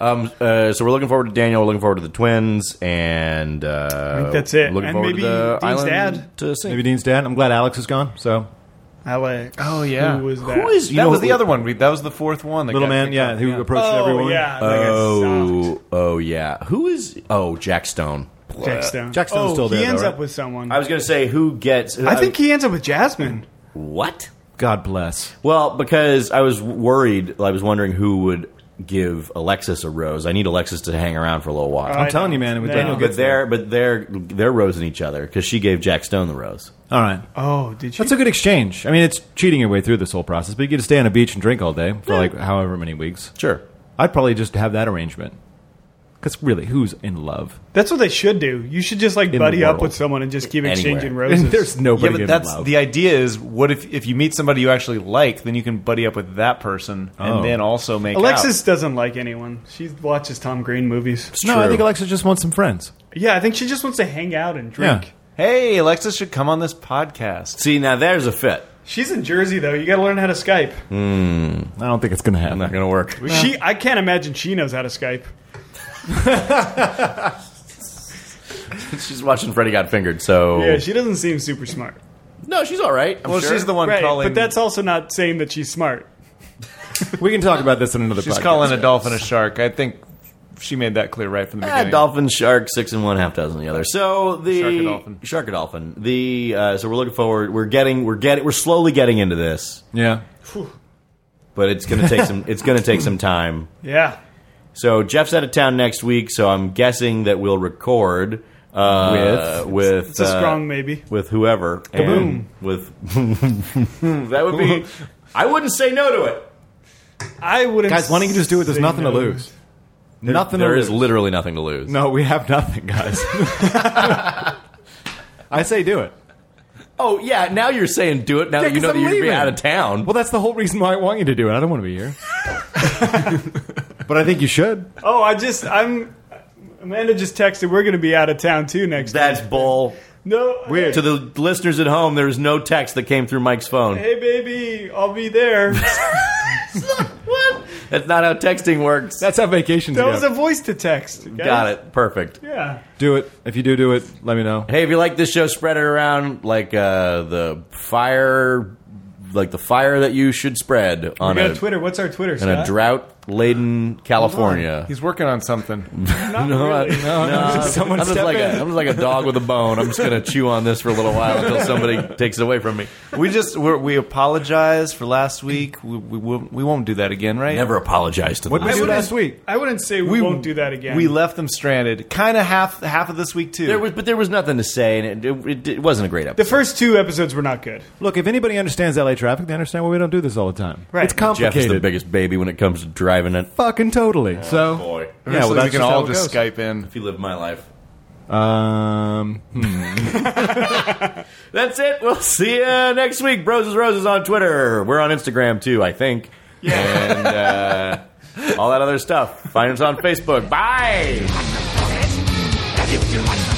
Um, uh, so we're looking forward to Daniel. We're looking forward to the twins, and uh,
think that's it.
Looking
And
forward
maybe
to the
Dean's
island
dad.
to sing.
Maybe Dean's dad. I'm glad Alex is gone. So
Alex.
Oh, yeah.
Who was that?
Who is
That
you know
was
who-
the other one. We- That was the fourth one. that
little
got
man,
picked
yeah,
up.
who approached
Oh,
everyone. Uh,
yeah. Like a
Oh, oh yeah. Who is? Oh, Jack Stone.
Jack Stone.
Jack Stone's
oh,
still there,
He
though,
ends
right?
up with someone.
I was gonna say who gets.
I think he ends up with Jasmine.
what?
God bless.
Well, because I was worried. I was wondering who would give Alexis a rose. I need Alexis to hang around for a little while.
All right.
I'm telling you, man. It was
No.
Daniel
But
but
Good's
they're but they're they're rosing each other because she gave Jack Stone the rose.
All right.
Oh, did you?
That's a good exchange. I mean, it's cheating your way through this whole process, but you get to stay on a beach and drink all day for like however many weeks.
Sure.
I'd probably just have that arrangement. Because really, who's in love?
That's what they should do. You should just like
the
buddy up
world.
with someone and just keep exchanging
Anywhere.
roses.
There's nobody
yeah, but
in
that's
love.
the idea. Is what if if you meet somebody you actually like, then you can buddy up with that person
Oh.
and then also make
Alexis doesn't like anyone. She watches Tom Green movies.
no, I think Alexa just wants some friends.
Yeah, I think she just wants to hang out and drink.
Yeah.
out. Hey, Alexis should come on this podcast.
See, now there's a fit.
She's in Jersey though. You got to learn how to Skype.
I don't think it's going to happen.
Not gonna work.
Mm.
She, I can't imagine she knows how to Skype.
She's watching Freddy Got Fingered, so
Yeah, she doesn't seem super smart.
no, she's all right. I'm
Well,
sure.
she's the one
Right,
calling.
but that's also not saying that she's smart.
We can talk about this in another
she's
podcast.
calling a dolphin a shark. I think she made that clear right from the
Ah,
beginning.
dolphin, shark, six and one, half dozen the other. So the
Shark or dolphin?
shark or dolphin. The uh, so we're looking forward. We're getting, we're getting, we're slowly getting into this,
Yeah.
but it's gonna take some. It's gonna take some time.
Yeah,
So Jeff's out of town next week, so I'm guessing that we'll record uh, with with
it's a
uh,
strong maybe.
with whoever. and With that would be. I wouldn't say no to it.
I wouldn't.
Guys, why don't you just do it? There's
say
nothing
no.
to lose. nothing
There
to
is
lose.
literally nothing to lose.
no, we have nothing, guys. I say do it.
Oh yeah, now you're saying do it. Now
Yeah,
that you
'cause
know that
I'm
you're gonna be
leaving.
out of town.
Well, that's the whole reason why I want you to do it. I don't want to be here. but I think you should.
Oh, I just I'm. Amanda just texted. We're going to be out of town too next.
That's
week.
bull.
no
Weird.
To the listeners at home, there was no text that came through Mike's phone.
Hey, baby, I'll be there.
what? That's not how texting works.
That's how vacations
That
go.
was a voice to text. guys.
Got it. Perfect.
Yeah.
do it. If you do do it, let me know.
Hey, if you like this show, spread it around like uh, the fire, like the fire that you should spread
We
on
got
a,
a Twitter. What's our Twitter?
on a
Scott?
drought-laden California.
He's working on something.
Not
No, I-
really.
no, I'm just-
Someone
Um, I'm just
step
like a,
in.
I'm just like a dog with a bone. I'm just gonna chew on this for a little while until somebody takes it away from me.
We just we're, we apologize for last week. We, we won't- we won't do that again, right?
Never apologize to
What
them.
did we do
wouldn't-
last week?
I wouldn't say we, won't do that again.
We left them stranded. Kind of half half of this week too.
There was, but there was nothing to say, and it, it, it wasn't a great
the
episode.
first two episodes were not good.
Look, if anybody understands LA traffic, they understand why we don't do this all the time.
Right.
It's
Jeff
complicated.
is the Oh, biggest baby when it comes to driving it.
Fucking totally. so,
boy.
yeah, well,
So
that's
we can
just
all
how it
just
goes.
Skype in.
If you live my life,
Um,
that's it. We'll see you next week. Bros is roses on Twitter. We're on Instagram too, I think. Yeah. And uh, all that other stuff. Find us on Facebook. Bye.
That's it. That's it.